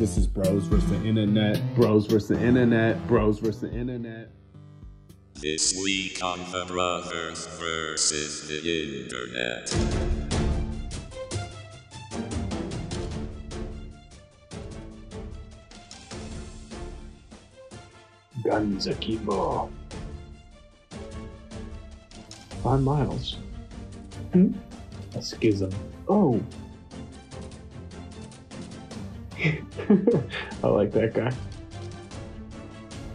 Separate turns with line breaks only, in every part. This is Bros versus the Internet. Bros versus the Internet. Bros versus the Internet.
This week on the Brothers versus the Internet.
Guns Akimbo. Five miles.
Hmm?
A schism.
Oh,
I like that guy.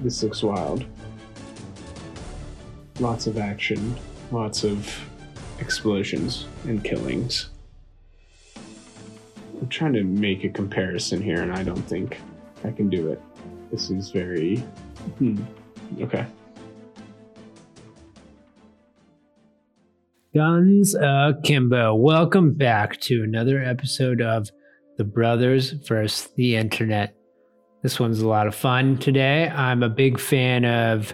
This looks wild. Lots of action, lots of explosions and killings. I'm trying to make a comparison here, and I don't think I can do it. This is very. Hmm. Okay.
Guns Akimbo. Welcome back to another episode of The Brothers vs. the Internet. This one's a lot of fun today. I'm a big fan of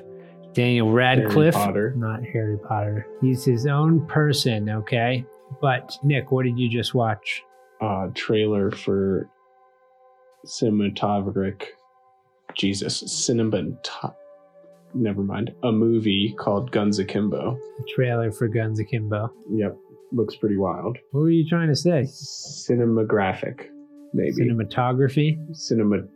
Daniel Radcliffe.
Potter.
Not Harry Potter. He's his own person, okay? But, Nick, what did you just watch?
uh, trailer for cinematographic Jesus cinemat. Never mind. A movie called Guns Akimbo.
The trailer for Guns Akimbo.
Yep, looks pretty wild.
What were you trying to say?
Cinematographic, maybe
Cinematography?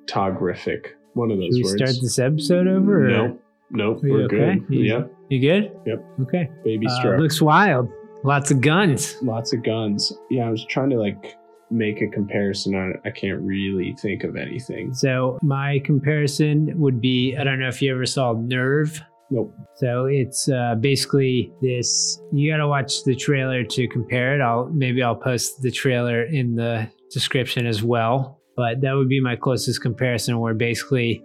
cinematographic. One of
Should
those
we
words.
start this episode over? or-
Nope, nope.
Are you
We're
okay?
good.
You-
Yep,
You good?
Yep.
Okay.
baby
Uh,
struck.
looks wild. Lots of guns.
Lots of guns. Yeah, I was trying to like make a comparison on it. I can't really think of anything.
So my comparison would be I don't know if you ever saw Nerve.
Nope.
So it's uh, basically this. You got to watch the trailer to compare it. I'll maybe I'll post the trailer in the description as well. But that would be my closest comparison, where basically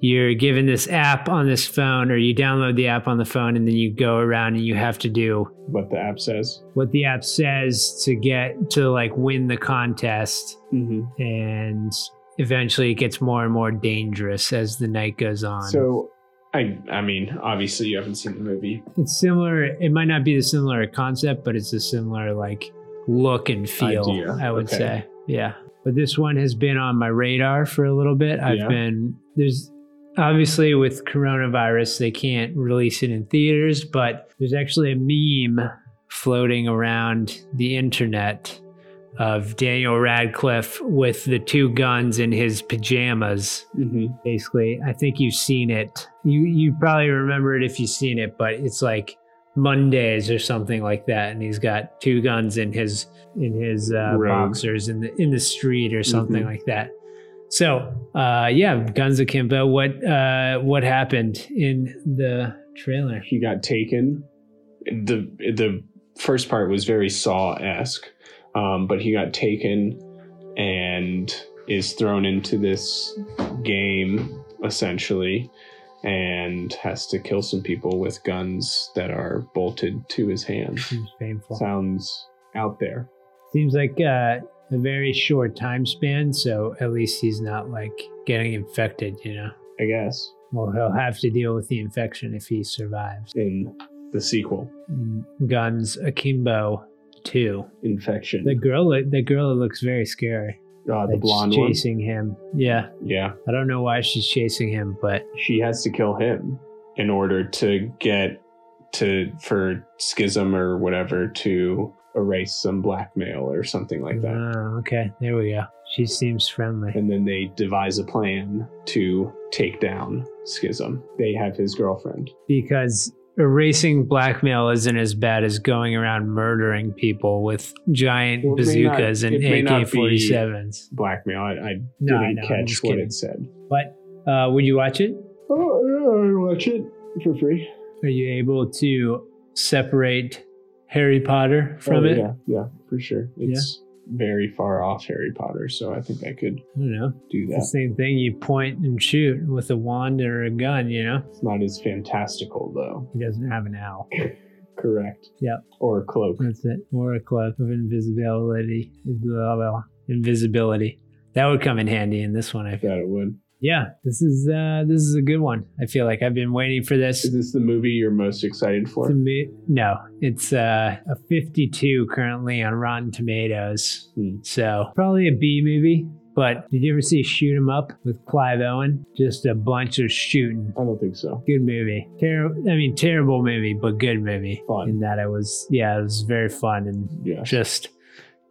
you're given this app on this phone, or you download the app on the phone, and then you go around and you have to do
What the app says.
what the app says to get to like win the contest
Mm-hmm.
and eventually it gets more and more dangerous as the night goes on.
So, I I mean, obviously you haven't seen the movie.
it's similar. It might not be the similar concept, but it's a similar like look and feel.
Idea.
I would
Okay.
say, yeah. But this one has been on my radar for a little bit. I've
Yeah.
been there's obviously with coronavirus they can't release it in theaters, but there's actually a meme floating around the internet of Daniel Radcliffe with the two guns in his pajamas
Mm-hmm.
basically. I think you've seen it. You you probably remember it if you've seen it, but it's like Mondays or something like that, and he's got two guns in his in his uh,
Rogue.
boxers in the in the street or something like that. So uh, yeah, Guns Akimbo. What uh, what happened in the trailer?
He got taken. the The first part was very Saw esque, um, but he got taken and is thrown into this game essentially, and has to kill some people with guns that are bolted to his hand.
Seems painful.
Sounds out there.
Seems like uh, a very short time span. So at least he's not like getting infected. You know.
I guess
Well, he'll have to deal with the infection if he survives.
in the sequel,
Guns Akimbo 2.
infection.
The girl, the girl looks very scary.
uh, the
That's
blonde one.
chasing him. Yeah,
Yeah.
I don't know why she's chasing him, but
she has to kill him in order to get to for schism or whatever to erase some blackmail or something like that
Oh, okay, there we go. She seems friendly.
and then they devise a plan to take down schism they have his girlfriend
Because erasing blackmail isn't as bad as going around murdering people with giant
Well, it may not-
bazookas and
it may not be-
AK-47s.
blackmail i, I
No, I
didn't
know, I'm
catch
just
what
kidding.
it said
But uh, would you watch it?
oh yeah, watch it for free
Are you able to separate Harry Potter from
Oh,
it?
yeah yeah for sure
Yeah.
it's very far off harry potter so i think i could
I don't know.
do
It's the
that
same thing you point and shoot with a wand or a gun you know
it's not as fantastical though
he doesn't have an owl
correct
Yeah.
or cloak
that's it or a cloak of invisibility blah, blah, blah. invisibility that would come in handy in this one i
i
feel
thought it would
yeah this is uh this is a good one i feel like i've been waiting for this
Is this the movie you're most excited for?
To me- no it's uh a 52 currently on rotten tomatoes
Hmm.
so probably a b movie But did you ever see Shoot 'Em Up with Clive Owen? Just a bunch of shooting.
I don't think so.
Good movie. Terrible. I mean, terrible movie, but good movie.
Fun.
In that it was, yeah, it was very fun and
Yeah.
just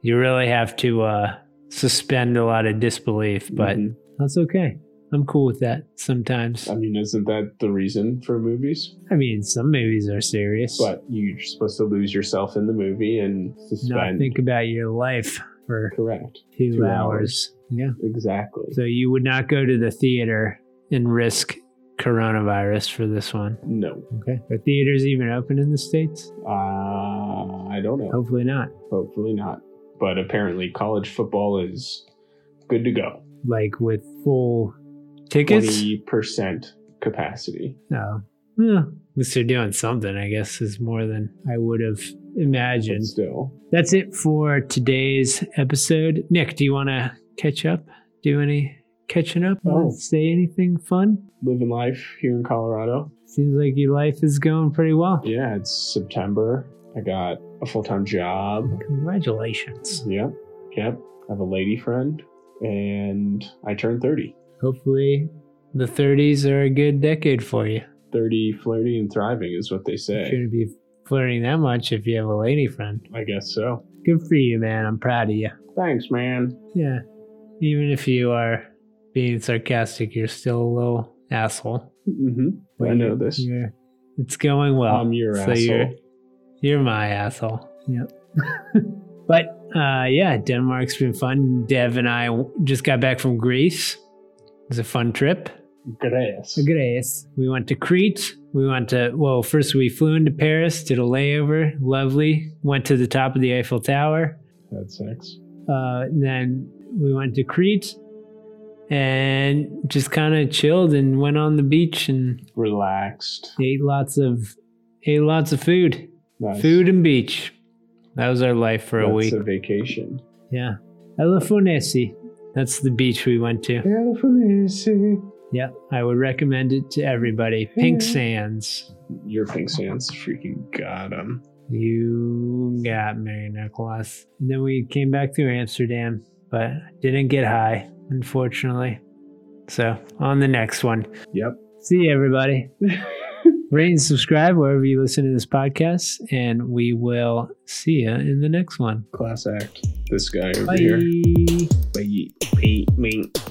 you really have to uh, suspend a lot of disbelief, but
Mhm.
that's okay. I'm cool with that sometimes.
I mean, isn't that the reason for movies?
I mean, some movies are serious.
But you're supposed to lose yourself in the movie and
not
suspend.
think about your life for
Correct.
two,
Two
hours. Yeah.
Exactly.
So you would not go to the theater and risk coronavirus for this one.
No.
Okay. Are theaters even open in the States?
Uh, I don't know.
Hopefully not.
Hopefully not. But apparently, college football is good to go.
Like with full tickets?
Twenty percent capacity.
No. Yeah. At least they're doing something, I guess, is more than I would have
But
imagined.
still,
That's it for today's episode. Nick, do you want to catch up? Do any catching up?
Oh.
Say anything fun?
living life here in Colorado.
Seems like your life is going pretty well.
Yeah, it's September. I got a full time job.
Congratulations.
Yep. Yep. I have a lady friend, and I turned thirty.
Hopefully, the 30s are a good decade for you.
30 flirty and thriving is what they
You
say.
shouldn't be flirting that much if you have a lady friend.
I guess so.
Good for you, man. I'm proud of you.
Thanks, man.
Yeah. Even if you are being sarcastic, you're still a little asshole.
hmm
But
I know
you're-
this.
you're- It's going well.
I'm your
so
asshole.
You're, you're my asshole. Yep. but uh, yeah, Denmark's been fun. Dev and I just got back from Greece. It was a fun trip.
Grass.
Greece. We went to Crete. We went to, well, first we flew into Paris, did a layover. Lovely. Went to the top of the Eiffel Tower.
Had sex.
Uh, then we went to Crete and just kind of chilled and went on the beach and
Relaxed.
ate lots of ate lots of food.
Nice.
Food and beach. That was our life for
That's
a week.
a vacation.
yeah. Elefonesi. That's the beach we went to. Yeah. I would recommend it to everybody. Pink
Yeah.
Sands.
Your pink sands freaking got 'em.
You got me, Nicholas. And then we came back to Amsterdam, but didn't get high, unfortunately. So on the next one.
Yep.
See you, everybody. Rate and subscribe wherever you listen to this podcast, and we will see you in the next one.
Class act. This guy over
Bye.
here. Bye. Bye. Mink.